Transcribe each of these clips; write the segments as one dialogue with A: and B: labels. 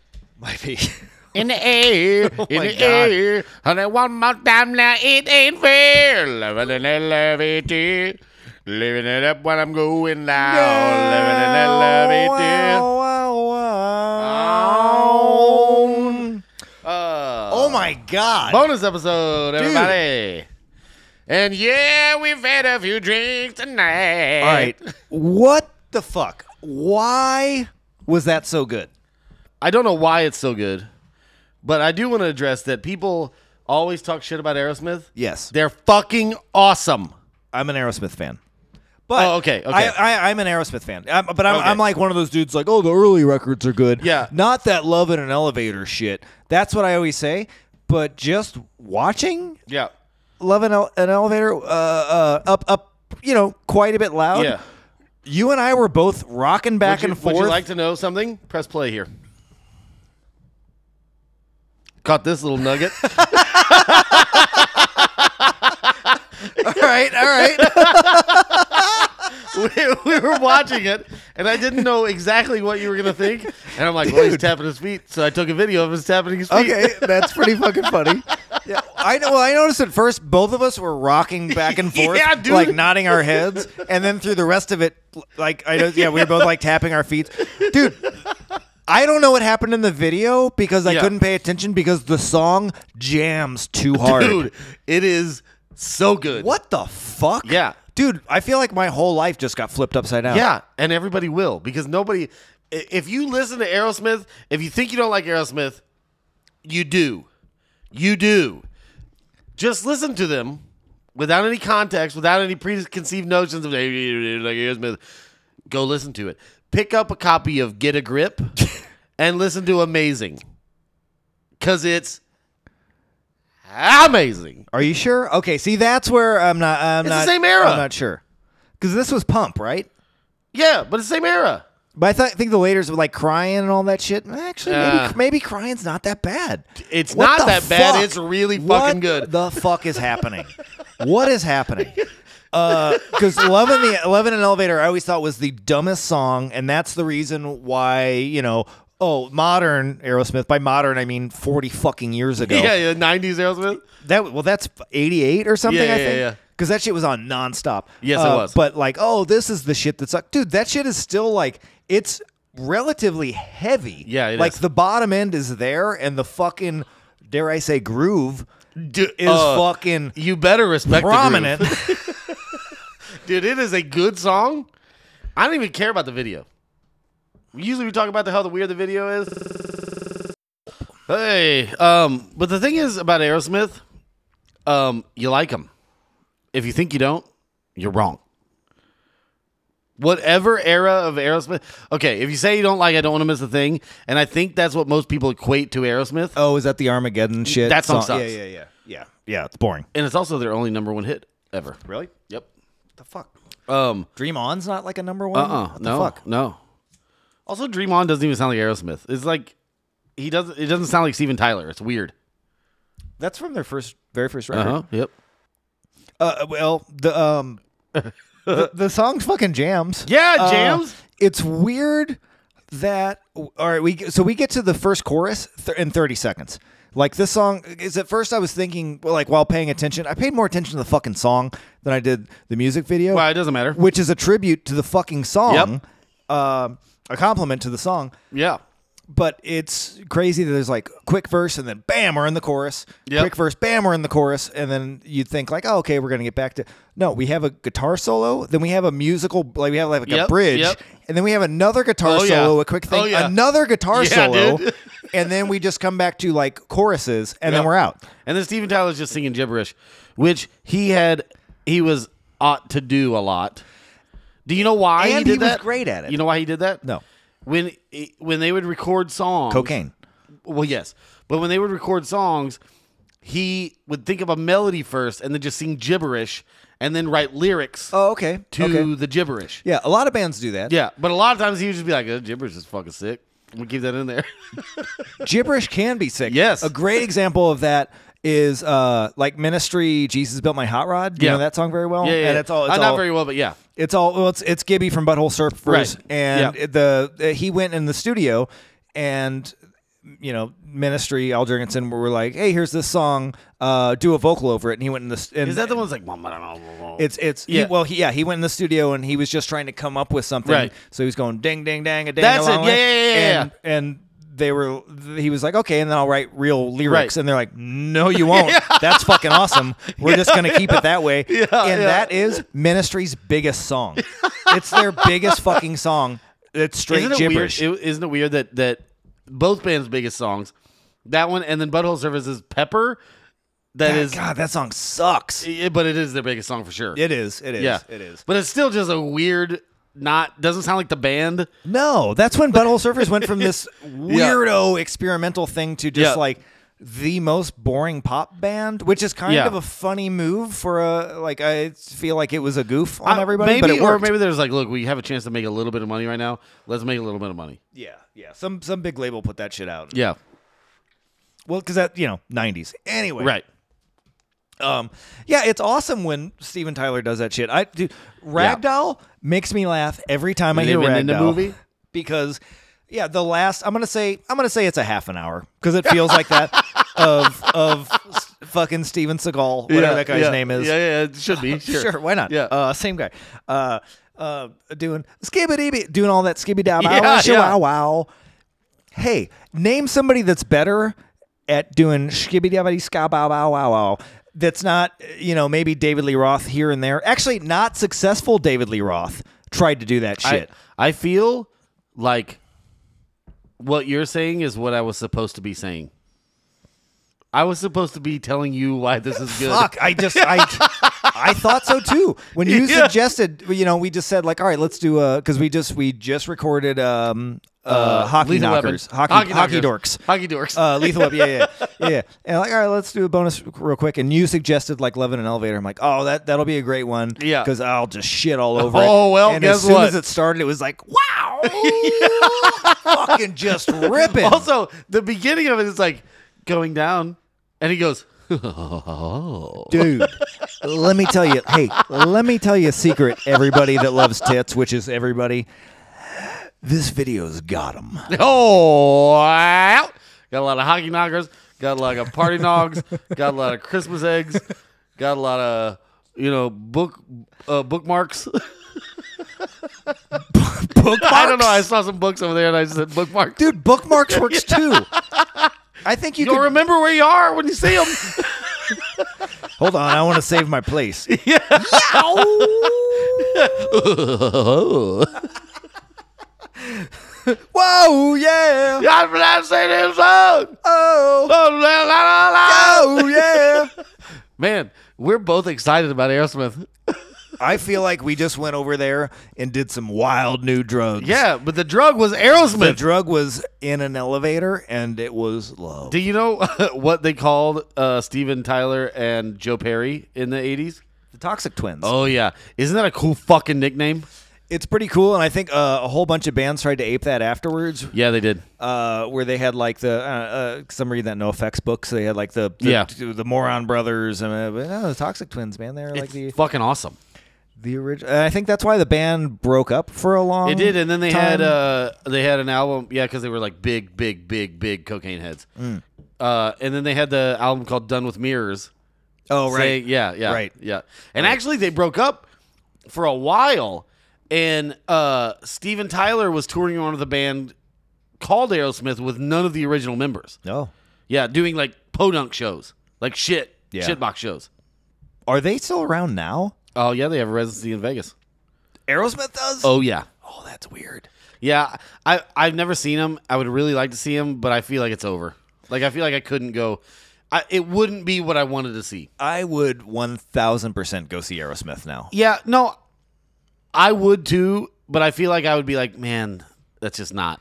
A: Might be.
B: in the air, in
A: my
B: the
A: God.
B: air. Honey, one more time now, it ain't fair. Living in that lovey dear. Living it up when I'm going now. Living in that lovey dear. Uh,
A: Oh my God.
B: Bonus episode, everybody. And yeah, we've had a few drinks tonight.
A: All right. What the fuck? Why was that so good?
B: I don't know why it's so good, but I do want to address that people always talk shit about Aerosmith.
A: Yes.
B: They're fucking awesome.
A: I'm an Aerosmith fan. But
B: Oh, okay, okay.
A: I, I, I'm an Aerosmith fan. I'm, but I'm,
B: Okay.
A: I'm like one of those dudes like, oh, the early records are good.
B: Yeah.
A: Not that love in an elevator shit. That's what I always say. But just watching
B: Yeah.
A: love in Ele- an elevator uh, uh, up, up, you know, quite a bit loud.
B: Yeah.
A: You and I were both rocking back
B: would you,
A: and forth.
B: Would you like to know something? Press play here. Caught this little nugget.
A: all right, all right.
B: we, we were watching it, and I didn't know exactly what you were gonna think. And I'm like, well, he's tapping his feet, so I took a video of him tapping his feet.
A: Okay, that's pretty fucking funny. Yeah, I know. Well, I noticed at first both of us were rocking back and forth,
B: Yeah, dude.
A: like nodding our heads, and then through the rest of it, like I know, yeah, we were both like tapping our feet, dude. I don't know what happened in the video because I
B: Yeah.
A: couldn't pay attention because the song jams too hard.
B: dude, it is so good.
A: What the fuck?
B: Yeah.
A: dude, I feel like my whole life just got flipped upside down.
B: Yeah, and everybody will because nobody. i- If you listen to Aerosmith, if you think you don't like Aerosmith, you do, you do. Just listen to them without any context, without any preconceived notions of "Hey, you don't like Aerosmith. Go listen to it. Pick up a copy of Get a Grip and listen to Amazing, because it's amazing.
A: Are you sure? Okay, see, that's where I'm not. I'm
B: It's the
A: not,
B: same era.
A: I'm not sure because this was Pump, right?
B: Yeah, but it's the same era.
A: But I th- think the Raiders were like crying and all that shit. Actually,
B: Uh.
A: maybe, maybe crying's not that bad.
B: It's
A: What
B: not
A: the
B: that bad.
A: fuck?
B: It's really fucking
A: What
B: good.
A: The fuck is happening? what is happening? Because "Love in the Love in an Elevator" I always thought was the dumbest song, and that's the reason why you know. Oh, modern Aerosmith. By modern, I mean forty fucking years ago.
B: yeah, yeah, '90s Aerosmith.
A: That well, that's '88 or something.
B: Yeah,
A: I
B: yeah,
A: think.
B: yeah.
A: Because that shit was on nonstop.
B: Yes, it was.
A: But like, oh, this is the shit that's like, dude. That shit is still like it's relatively heavy.
B: Yeah, it
A: like
B: is.
A: the bottom end is there, and the fucking dare I say groove
B: Dude,
A: is
B: uh,
A: fucking
B: You better respect the groove.
A: prominent.
B: dude. It is a good song. I don't even care about the video. Usually we talk about the, how the weird the video is. Hey, um, but the thing is about Aerosmith, um, you like them. If you think you don't, you're wrong. Whatever era of Aerosmith, okay. If you say you don't like, I don't want to miss a thing, and I think that's what most people equate to Aerosmith.
A: oh, is that the Armageddon shit?
B: That song sucks.
A: Yeah, yeah, yeah, yeah, yeah. It's boring.
B: and it's also their only number one hit ever.
A: Really?
B: Yep.
A: The fuck.
B: Um.
A: Dream On's not like a number
B: Uh.
A: one.
B: uh
A: What the
B: No.
A: fuck?
B: No. Also, Dream On doesn't even sound like Aerosmith. It's like he doesn't. It doesn't sound like Steven Tyler. It's weird.
A: That's from their first, very first record.
B: Uh-huh. Yep.
A: Uh, well, the um, the, the song fucking jams.
B: Yeah,
A: Uh,
B: jams.
A: it's weird that all right. We so we get to the first chorus th- in thirty seconds. Like this song is at first I was thinking well, like while paying attention, I paid more attention to the fucking song than I did the music video,
B: Well, it doesn't matter.
A: which is a tribute to the fucking song,
B: Yep.
A: um, a compliment to the song.
B: Yeah.
A: But it's crazy that there's like quick verse and then bam, we're in the chorus.
B: Yep.
A: Quick verse, bam, we're in the chorus, and then you think like, oh, okay, we're gonna get back to. No, we have a guitar solo, then we have a musical, like we have like a
B: Yep,
A: bridge,
B: yep.
A: and then we have another guitar
B: Oh, yeah.
A: solo, a quick thing,
B: Oh, yeah.
A: another guitar
B: Yeah,
A: solo,
B: dude.
A: and then we just come back to like choruses, and then
B: Yep.
A: we're out.
B: And then Steven Tyler's just singing gibberish, which he had. He was ought to do a lot. Do you know why he
A: And
B: did
A: he was
B: that?
A: great at it.
B: You know why he did that?
A: No.
B: When when they would record songs,
A: Cocaine.
B: Well, yes, but when they would record songs, he would think of a melody first, and then just sing gibberish, and then write lyrics
A: Oh, okay.
B: to
A: okay.
B: the gibberish.
A: Yeah, a lot of bands do that.
B: Yeah, but a lot of times he would just be like, "Uh, "Gibberish is fucking sick." We keep that in there.
A: gibberish can be sick.
B: Yes.
A: A great example of that is uh like Ministry Jesus Built My Hot Rod. Do you
B: Yeah.
A: know that song very well?
B: yeah,
A: Oh,
B: yeah,
A: And
B: yeah.
A: it's all it's
B: Uh,
A: all,
B: not very well, but yeah,
A: it's all well, it's it's Gibby from Butthole Surfers
B: Right.
A: and
B: Yeah.
A: the uh, he went in the studio and you know, Ministry, Al Jurgensen were like, "Hey, here's this song. Uh, do a vocal over it." And he went in the. And,
B: Is that the one that's like? "Mama, da, da, da, da"?
A: It's it's he-
B: Yeah.
A: well he, yeah he went in the studio and he was just trying to come up with something
B: Right.
A: so he was going ding ding dang a ding
B: That's it.
A: along
B: Yeah,
A: with-
B: yeah, yeah, yeah,
A: and, and they were he was like okay and then I'll write real lyrics
B: Right.
A: and they're like no you won't that's fucking awesome we're just gonna keep it that way and
B: yeah.
A: that is Ministry's biggest song it's their biggest fucking song it's straight
B: Isn't it
A: gibberish
B: weird? it- Isn't it weird that that both bands' biggest songs, that one and then Butthole Services Pepper, that
A: God,
B: is,
A: God that song sucks
B: yeah, but it is their biggest song for sure.
A: it is it is
B: yeah,
A: it is
B: But it's still just a weird. Not doesn't sound like the band.
A: No, that's when Butthole Surfers went from this weirdo experimental thing to just
B: Yeah.
A: like the most boring pop band, which is kind
B: Yeah.
A: of a funny move for a like I feel like it was a goof on
B: I-
A: everybody,
B: maybe,
A: but it
B: or
A: worked.
B: maybe there's like, look, we have a chance to make a little bit of money right now. Let's make a little bit of money.
A: yeah, yeah. Some some big label put that shit out.
B: Yeah,
A: Well, because that you know '90s. Anyway,
B: right.
A: Um, yeah, it's awesome when Steven Tyler does that shit. I dude, Ragdoll makes me laugh every time I hear
B: Living
A: Ragdoll
B: in the movie?
A: because yeah, the last I'm gonna say I'm gonna say it's a half an hour because it feels like that of of s- fucking Steven Seagal, whatever
B: yeah,
A: that guy's
B: yeah,
A: name is.
B: Yeah, yeah, it should be sure.
A: Sure, why not?
B: Yeah.
A: uh, same guy. Uh, uh, doing skibidi, doing all that skibby dab,
B: Yeah,
A: yeah,
B: yeah.
A: wow, wow. Hey, name somebody that's better at doing skibby dabby ska bow wow wow wow. That's not, you know, maybe David Lee Roth here and there. Actually, not successful David Lee Roth tried to do that shit.
B: I, I feel like what you're saying is what I was supposed to be saying. I was supposed to be telling you why this is good.
A: Fuck, I just I I thought so too. When you
B: Yeah.
A: suggested, you know, we just said like, all right, let's do uh because we just we just recorded um uh, hockey
B: Lethal Weapon.
A: knockers, hockey hockey, dorks.
B: Hockey dorks.
A: Uh, lethal Weapon. Yeah, yeah, yeah, yeah. And like, all right, let's do a bonus real quick. And you suggested like love in an elevator. I'm like, oh, that that'll be a great one.
B: Yeah.
A: because I'll just shit all over.
B: Oh,
A: it.
B: well,
A: And as
B: guess
A: soon
B: what?
A: as it started, it was like, wow, fucking just ripping.
B: also, the beginning of it is like going down, and he goes,
A: dude let me tell you hey let me tell you a secret everybody that loves tits which is everybody this video's got them
B: "Oh, wow." got a lot of hockey knockers, got a lot of party nogs, got a lot of Christmas eggs, got a lot of you know book uh, bookmarks."
A: bookmarks
B: I don't know. I saw some books over there, and I just said bookmark.
A: dude bookmarks works too i think you
B: You'll
A: could
B: remember where you are when you see them.
A: hold on i want to save my place whoa yeah
B: God, but I've seen him so.
A: oh
B: La, la, la, la, la.
A: oh yeah
B: Man, we're both excited about Aerosmith.
A: i feel like we just went over there and did some wild new drugs
B: Yeah, but the drug was
A: the
B: Aerosmith.
A: drug was in an elevator and it was low
B: Do you know what they called uh, Steven Tyler and Joe Perry in the 80s?
A: the toxic twins
B: Oh, yeah. Isn't that a cool fucking nickname?
A: It's pretty cool, and I think uh, a whole bunch of bands tried to ape that afterwards,
B: Yeah, they did.
A: uh, where they had like the uh, uh, some read that No Effects book, so they had like the, the
B: Yeah.
A: the Moron Brothers and uh, but no, the Toxic Twins, man, they're like
B: It's
A: the
B: fucking awesome.
A: the original. I think that's why the band broke up for a long.
B: It did, and then they had
A: time.
B: uh they had an album, yeah, because they were like big, big, big, big cocaine heads. Uh, and then they had the album called "Done with Mirrors."
A: oh
B: Say-
A: right
B: yeah, yeah,
A: Right.
B: yeah. And actually, they broke up for a while, and uh Steven Tyler was touring around with a band called Aerosmith with none of the original members.
A: no.
B: Yeah, doing like podunk shows, like shit,
A: Yeah.
B: shitbox shows.
A: Are they still around now?
B: Oh yeah, they have a residency in Vegas.
A: Aerosmith does.
B: Oh yeah.
A: oh that's weird.
B: Yeah, I I've never seen him. I would really like to see him, but I feel like it's over. Like I feel like I couldn't go. I, it wouldn't be what I wanted to see.
A: I would one thousand percent go see Aerosmith now.
B: Yeah, no, I would too, but I feel like I would be like, man, that's just not.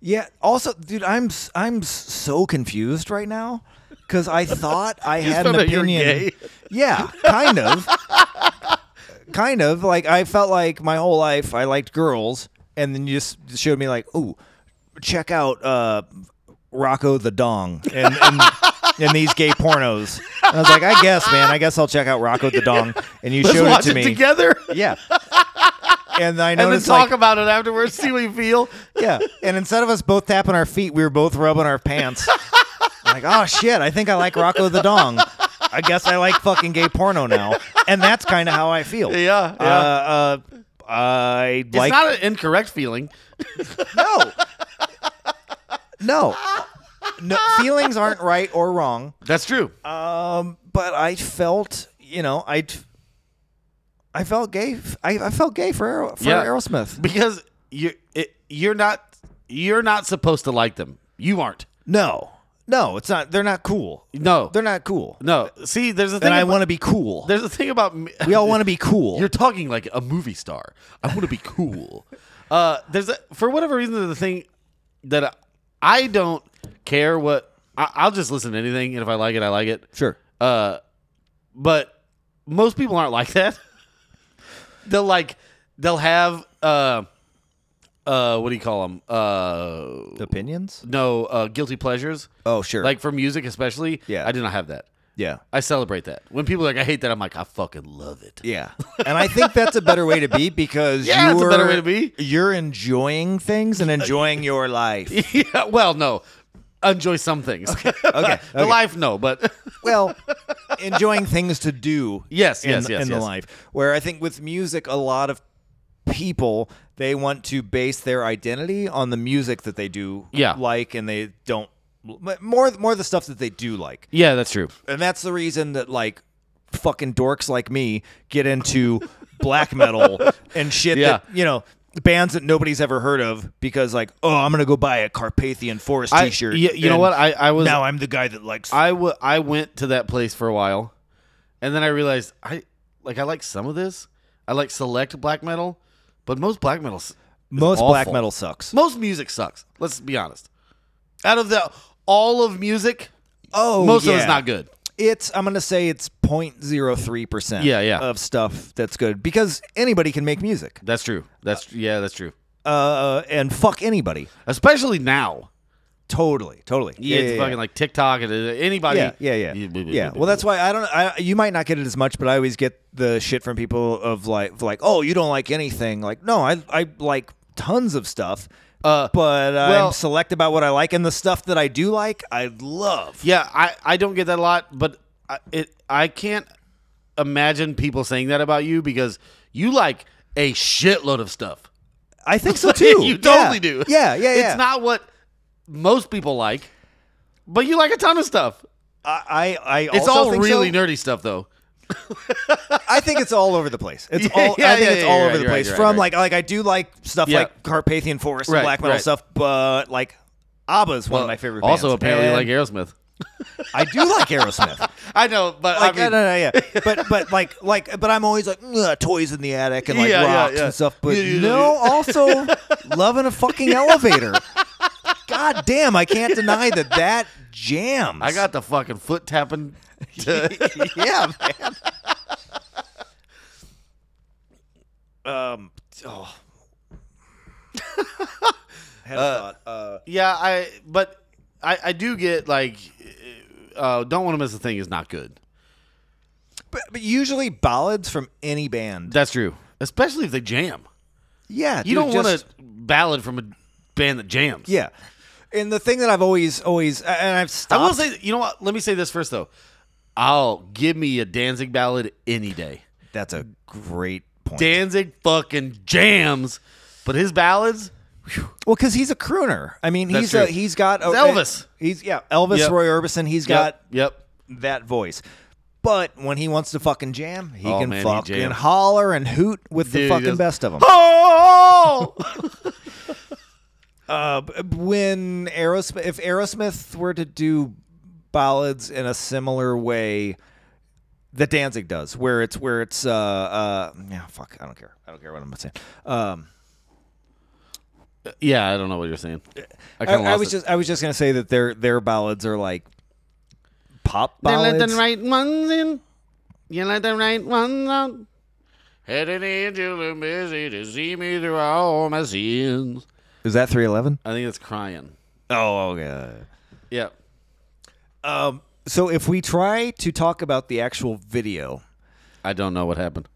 A: Yeah. Also, dude, I'm s- I'm s- so confused right now because I thought I had an
B: found out you were
A: opinion.
B: gay.
A: Yeah, kind of, kind of. Like I felt like my whole life I liked girls, and then you just showed me like, ooh, check out uh, Rocco the Dong and. and and these gay pornos. And I was like, I guess, man, I guess I'll check out Rocco the Dong. And you
B: Let's
A: showed it
B: watch
A: to
B: it
A: me.
B: together.
A: Yeah. and I
B: and then
A: noticed
B: talk
A: like,
B: about it afterwards. See what you feel.
A: yeah. And instead of us both tapping our feet, we were both rubbing our pants. I'm like, oh shit, I think I like Rocco the Dong. I guess I like fucking gay porno now, and that's kind of how I feel.
B: Yeah, yeah.
A: Uh, uh, I
B: It's
A: like
B: not an incorrect feeling.
A: no, no, no. Feelings aren't right or wrong.
B: That's true.
A: Um, but I felt, you know, I, I felt gay. I, I felt gay for, Aer- for
B: Yeah.
A: Aerosmith.
B: because you're it, you're not you're not supposed to like them. You aren't.
A: No, no, it's not. They're not cool.
B: No,
A: They're not cool.
B: no. See, there's a thing.
A: And I
B: about-
A: want to be cool.
B: There's a thing about me.
A: We all want to be cool.
B: You're talking like a movie star. I want to be cool. uh, there's a, for whatever reason the thing that I, I don't care what I, I'll just listen to anything, and if I like it, I like it.
A: sure.
B: Uh, but most people aren't like that. they'll like they'll have uh, uh, what do you call them? Uh,
A: Opinions?
B: no, uh, guilty pleasures.
A: Oh, sure.
B: Like for music, especially.
A: Yeah.
B: I do not have that.
A: yeah.
B: I celebrate that. When people are like, I hate that, I'm like, I fucking love it.
A: Yeah. And I think that's a better way to be because
B: Yeah, it's a
A: you're
B: better way to be.
A: You're enjoying things and enjoying your life.
B: Yeah, well, no. Enjoy some things. Okay.
A: okay,
B: the
A: okay.
B: life, no, but
A: well, enjoying things to do.
B: Yes,
A: in,
B: yes, yes,
A: in the
B: yes.
A: life. Where I think with music, a lot of people they want to base their identity on the music that they do
B: Yeah.
A: like, and they don't but more more the stuff that they do like,
B: yeah, that's true.
A: and that's the reason that like fucking dorks like me get into black metal and shit
B: Yeah.
A: that you know. Bands that nobody's ever heard of because, like, oh, I'm gonna go buy a Carpathian Forest
B: I-
A: T-shirt.
B: y- you know
A: and
B: what? I- I was-
A: now I'm the guy that likes
B: I wa- I went to that place for a while, and then I realized I like I like some of this. I like select black metal, but most black metal, s-
A: most black
B: awful.
A: metal sucks.
B: most music sucks. Let's be honest. Out of the all of music,
A: Oh,
B: most
A: yeah.
B: of it's not good.
A: It's I'm gonna say it's 0.03 percent.
B: Yeah, yeah.
A: Of stuff that's good because anybody can make music.
B: That's true. That's yeah, that's true.
A: Uh, and fuck anybody.
B: Especially now.
A: Totally, totally.
B: Yeah, it's fucking like TikTok and uh, anybody.
A: yeah, yeah, yeah,
B: You-
A: yeah. Well, that's why I don't. I, you might not get it as much, but I always get the shit from people of like, like, oh, you don't like anything. Like, no, I, I like tons of stuff.
B: Uh,
A: but
B: well-
A: I'm select about what I like, and the stuff that I do like, I love.
B: Yeah, I, I don't get that a lot, but I, it I can't imagine people saying that about you because you like a shitload of stuff.
A: I think so too.
B: you
A: Yeah.
B: totally do.
A: Yeah, yeah, yeah.
B: It's not what most people like, but you like a ton of stuff.
A: I, I, I
B: It's
A: also
B: all
A: think
B: really
A: so.
B: nerdy stuff, though.
A: I think it's all over the place. It's
B: Yeah,
A: all.
B: yeah,
A: I think
B: yeah,
A: it's
B: yeah,
A: all over
B: you're right,
A: the
B: you're right,
A: place.
B: you're
A: From
B: right.
A: like, like I do like stuff
B: Yeah.
A: like Carpathian Forest
B: Right,
A: and black metal
B: right.
A: stuff, but like ABBA's one
B: Well,
A: of my favorite.
B: Also,
A: bands.
B: apparently,
A: And
B: like Aerosmith.
A: I do like Aerosmith.
B: I know, but
A: Like,
B: I mean,
A: no, no, no, yeah, but but like like, but I'm always like "Ugh, toys in the attic and like
B: Yeah, yeah,
A: rocks
B: yeah.
A: and stuff. But
B: Yeah, yeah,
A: no, also loving a fucking elevator. God damn, I can't deny that that jams.
B: I got the fucking foot tapping.
A: yeah, man. um. Oh. Had a thought. Uh,
B: yeah, I but I, I do get like, uh, don't want to miss a thing is not good.
A: but, but usually ballads from any band.
B: That's true, especially if they jam.
A: Yeah,
B: You
A: dude,
B: don't want
A: just-
B: a ballad from a band that jams.
A: Yeah, and the thing that I've always, always, and I've
B: I
A: stopped.
B: will say, you know what? Let me say this first though. I'll give me a Danzig ballad any day.
A: that's a great point.
B: Danzig fucking jams, but his ballads,
A: Well, because he's a crooner. I mean,
B: That's
A: he's a,
B: true.
A: he's got a,
B: It's Elvis.
A: He's yeah, Elvis
B: Yep.
A: Roy Orbison. He's got
B: yep, yep.
A: that voice. But when he wants to fucking jam, he
B: Oh,
A: can
B: man, he
A: fucking
B: jams.
A: holler and hoot with
B: Dude,
A: the
B: he
A: fucking
B: does.
A: best of them.
B: Oh,
A: Uh, b- when Aerosmith, if Aerosmith were to do ballads in a similar way that Danzig does, where it's where it's uh uh yeah fuck I don't care I don't care what I'm saying. Um,
B: yeah. I don't know what you're saying. I
A: I,
B: kind of
A: I
B: lost
A: was
B: it.
A: just I was just gonna say that their their ballads are like pop ballads.
B: right ones in. You let the right ones out. Had an angel who busy to see me through all my sins.
A: Is that three eleven?
B: I think that's crying.
A: Oh okay.
B: Yeah.
A: Um, so if we try to talk about the actual video,
B: I don't know what happened.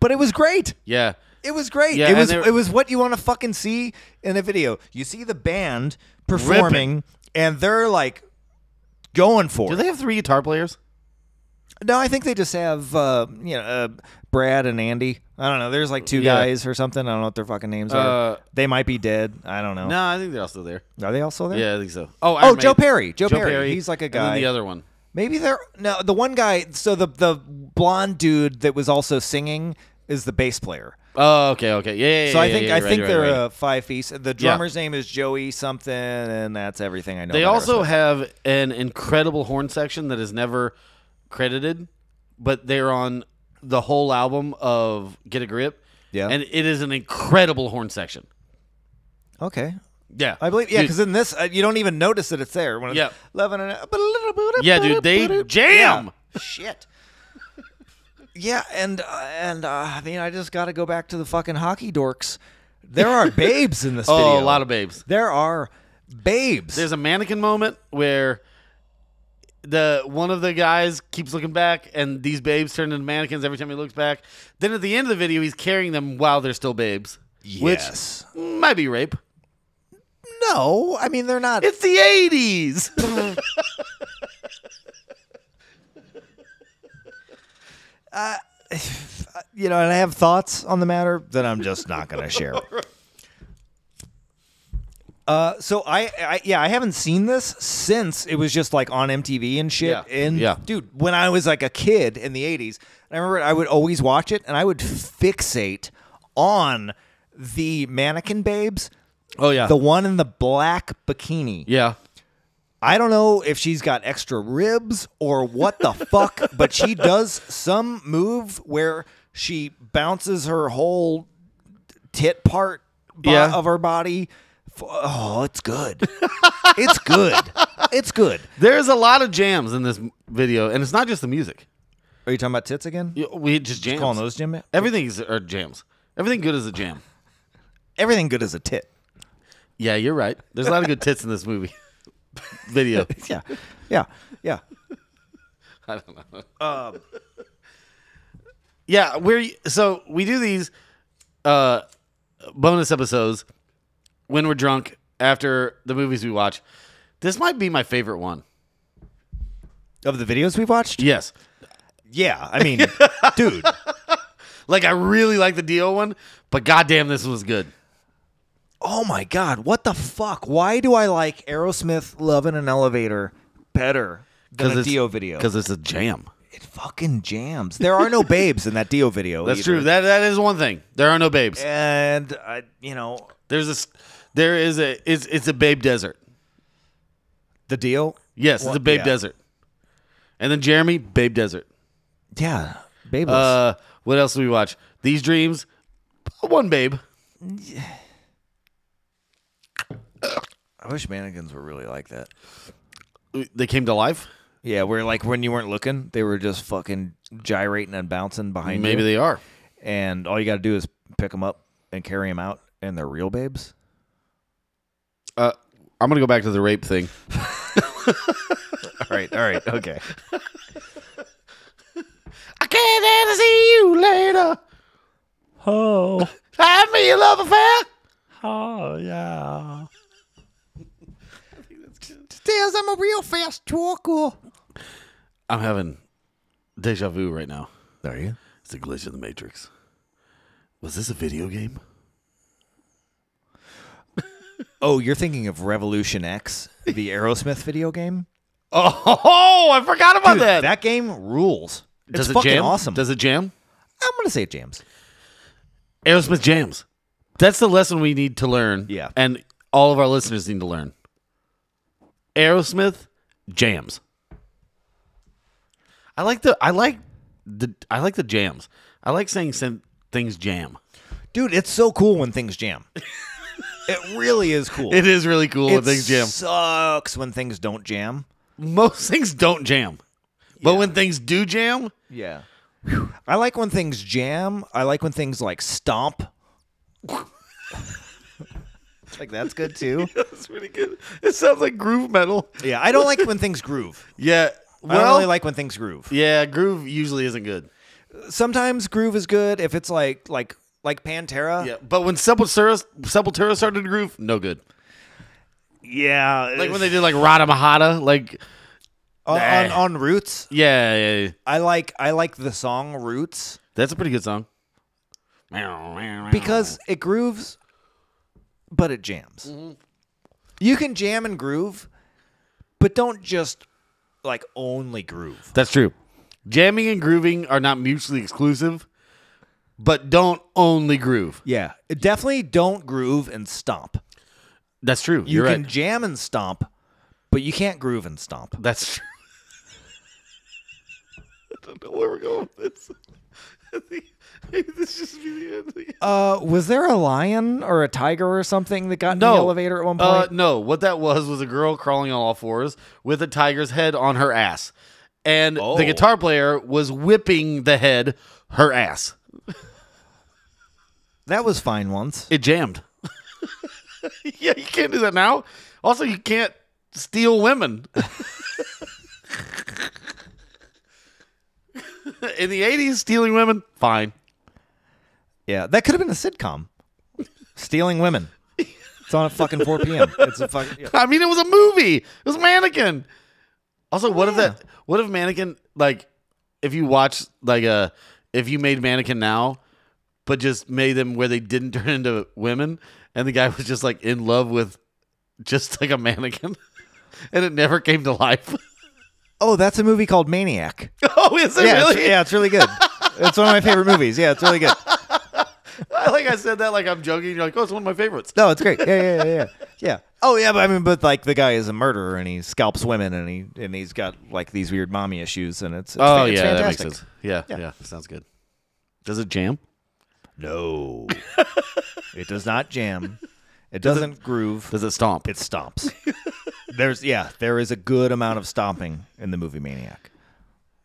A: but it was great.
B: Yeah.
A: It was great.
B: Yeah,
A: it
B: and
A: was
B: they were-
A: it was what you want to fucking see in a video. You see the band performing, and they're like going for
B: Do
A: it.
B: they have three guitar players?
A: no, I think they just have uh, you know uh, Brad and Andy. I don't know. There's like two
B: Yeah.
A: guys or something. I don't know what their fucking names are.
B: Uh,
A: They might be dead. I don't know.
B: No, I think they're all still there.
A: Are they also there?
B: Yeah, I think so. Oh,
A: Oh,
B: Iron
A: Joe
B: Maiden.
A: Perry. Joe, Perry. He's like a
B: and then
A: guy.
B: the other one.
A: Maybe they're no the one guy. So the the blonde dude that was also singing is the bass player.
B: Oh, okay, okay, yeah. yeah, yeah
A: So I
B: yeah,
A: think
B: yeah,
A: I
B: you're right,
A: think
B: you're right,
A: they're
B: you're right.
A: uh, five piece. The drummer's name is Joey something, and that's everything I know.
B: They
A: about
B: also
A: Aerosmith.
B: have an incredible horn section that is never credited, but they're on the whole album of Get a Grip.
A: Yeah.
B: and it is an incredible horn section.
A: okay.
B: Yeah,
A: I believe yeah,
B: Dude,
A: because in this uh, you don't even notice that it's there. When it's
B: Yeah.
A: loving it.
B: yeah, dude, they jam.
A: Shit. Yeah, and uh, and uh, I mean, I just got to go back to the fucking hockey dorks. There are babes in this video.
B: Oh, a lot of babes.
A: There are babes.
B: There's a mannequin moment where the one of the guys keeps looking back, and these babes turn into mannequins every time he looks back. Then at the end of the video, he's carrying them while they're still babes,
A: yes.
B: which might be rape.
A: no, I mean they're not.
B: It's the '80s.
A: Uh, you know, and I have thoughts on the matter that I'm just not going to share. Uh, so I, I, yeah, I haven't seen this since it was just like on MTV and shit.
B: Yeah.
A: And
B: Yeah.
A: dude, when I was like a kid in the '80s, I remember I would always watch it, and I would fixate on the mannequin babes,
B: oh yeah,
A: the one in the black bikini.
B: yeah.
A: I don't know if she's got extra ribs or what the fuck, but she does some move where she bounces her whole tit part bo-
B: Yeah.
A: of her body. F- Oh, it's good. it's good. It's good.
B: There's a lot of jams in this m- video, and it's not just the music.
A: Are you talking about tits again?
B: Y- We just jams.
A: Calling those Jim?
B: Everything is are jams. Everything good is a jam.
A: Everything good is a tit.
B: Yeah, you're right. There's a lot of good tits in this movie video.
A: Yeah. Yeah. Yeah.
B: I don't know. Um, yeah, we're so we do these uh, bonus episodes when we're drunk after the movies we watch. This might be my favorite one.
A: Of the videos we've watched?
B: Yes,
A: Yeah. I mean, dude,
B: like I really like the Dio one, but goddamn, this was good.
A: oh my God, what the fuck? Why do I like Aerosmith Love in an Elevator better than a
B: it's-
A: Dio video?
B: because it's a jam.
A: It fucking jams. There are no babes in that Dio video.
B: That's
A: either.
B: true. That that is one thing. There are no babes.
A: And I, you know,
B: There's a s- there is a it's it's a babe desert.
A: the Dio.
B: Yes,
A: Well,
B: it's a babe
A: yeah.
B: desert. And then Jeremy, babe desert.
A: Yeah, babeless.
B: Uh, what else do we watch? These dreams, one babe.
A: I wish mannequins were really like that.
B: They came to life.
A: Yeah, where like when you weren't looking, they were just fucking gyrating and bouncing behind
B: Maybe
A: you.
B: they are.
A: and all you got to do is pick them up and carry them out, and they're real babes.
B: Uh, I'm gonna go back to the rape thing.
A: All right, all right, okay.
B: I can't wait to see you later.
A: Oh,
B: Have me a love affair.
A: oh yeah. Says I'm a real fast talker.
B: I'm having deja vu right now.
A: Are you?
B: It's a glitch in the matrix. Was this a video game?
A: Oh, you're thinking of Revolution X, the Aerosmith video game?
B: Oh, I forgot about
A: Dude,
B: that.
A: that game rules. It's
B: Does it
A: fucking
B: jam?
A: awesome.
B: Does it jam?
A: I'm gonna say it jams.
B: Aerosmith jams. That's the lesson we need to learn.
A: Yeah.
B: And all of our listeners need to learn. Aerosmith jams. I like the I like the I like the jams. I like saying sen- things jam.
A: Dude, it's so cool when things jam. it really is cool.
B: It is really cool when
A: It
B: things jam.
A: sucks when things don't jam.
B: Most things don't jam. But when things do jam,
A: Yeah. I like when things jam. I like when things like stomp. like that's good too.
B: that's really good. It sounds like groove metal.
A: Yeah, I don't like when things groove.
B: Yeah.
A: I don't
B: Well,
A: really like when things groove.
B: yeah, groove usually isn't good.
A: sometimes groove is good if it's like like like Pantera.
B: Yeah, but when Sepultura Sepultura started to groove, no good.
A: yeah
B: Like when they did like Rada Mahata, like
A: on, on,
B: Nah.
A: on Roots.
B: yeah, yeah, yeah.
A: I like I like the song Roots
B: that's a pretty good song.
A: because
B: Oh.
A: it grooves, but it jams.
B: Mm-hmm.
A: You can jam and groove, but don't just like only groove.
B: that's true. Jamming and grooving are not mutually exclusive, but don't only groove.
A: Yeah, definitely don't groove and stomp.
B: That's true.
A: You
B: You're
A: can
B: right.
A: jam and stomp, but you can't groove and stomp.
B: That's true. I don't know where we're going with this. I think maybe this just be the end.
A: Uh, was there a lion or a tiger or something that got in the elevator at one point?
B: Uh, no, what that was was a girl crawling on all fours with a tiger's head on her ass, and
A: Oh.
B: the guitar player was whipping the head her ass.
A: that was fine once.
B: It jammed. yeah, you can't do that now. Also, you can't steal women. In the eighties, stealing women, fine.
A: Yeah, that could have been a sitcom. Stealing women. It's on at fucking 4 p.m. It's a fucking.
B: I mean, it was a movie. It was Mannequin. Also, what if
A: yeah.
B: that? What if Mannequin like if you watch like a if you made Mannequin now, but just made them where they didn't turn into women, and the guy was just like in love with just like a mannequin, and it never came to life.
A: Oh, that's a movie called Maniac.
B: oh, is it
A: Yeah,
B: really?
A: it's, yeah, it's really good. It's one of my favorite movies. Yeah, it's really good.
B: I like I said that like I'm joking. You're like, oh, it's one of my favorites.
A: No, it's great. Yeah, yeah, yeah, yeah. Yeah. Oh, yeah, but I mean, but like the guy is a murderer and he scalps women and he and he's got like these weird mommy issues and it's, it's
B: Oh
A: it's
B: yeah, that makes
A: fantastic.
B: sense. Yeah, yeah, sounds good. Does it jam?
A: No, it does not jam. It doesn't groove.
B: Does it stomp?
A: It stomps. There's yeah, there is a good amount of stomping in the movie Maniac.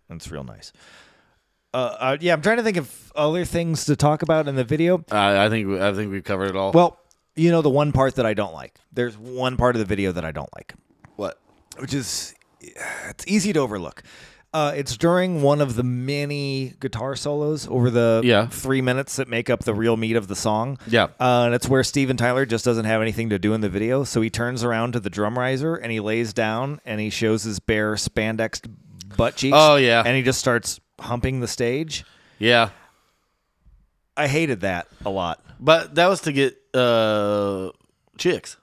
A: That's real nice. Uh, uh, yeah, I'm trying to think of other things to talk about in the video.
B: I I think I think we've covered it all.
A: Well, you know the one part that I don't like. There's one part of the video that I don't like,
B: what?
A: which is it's easy to overlook. Uh, it's during one of the many guitar solos over the
B: Yeah.
A: three minutes that make up the real meat of the song.
B: Yeah.
A: Uh, and it's where Steven Tyler just doesn't have anything to do in the video. So he turns around to the drum riser and he lays down and he shows his bare spandexed butt cheeks.
B: Oh, yeah.
A: And he just starts humping the stage.
B: Yeah.
A: I hated that a lot.
B: But that was to get uh chicks.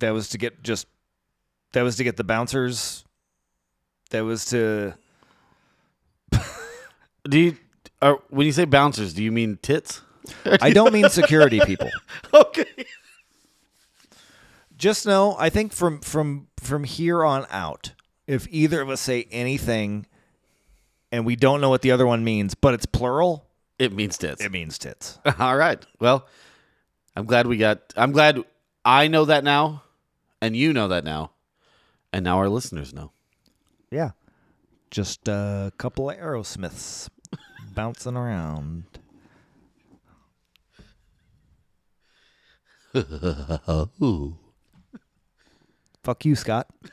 A: That was to get just, that was to get the bouncers. That was to,
B: Do you are when you say bouncers, do you mean tits?
A: I don't mean security people.
B: Okay.
A: just know i think from from from here on out if either of us say anything and we don't know what the other one means but it's plural
B: It means tits.
A: it means tits
B: All right. Well, I'm glad we got I'm glad I know that now and you know that now. And now our listeners know.
A: yeah just a couple of aerosmiths bouncing around
B: Ooh.
A: fuck you scott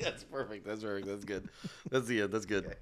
B: That's perfect. That's perfect. That's good. That's the end. That's good.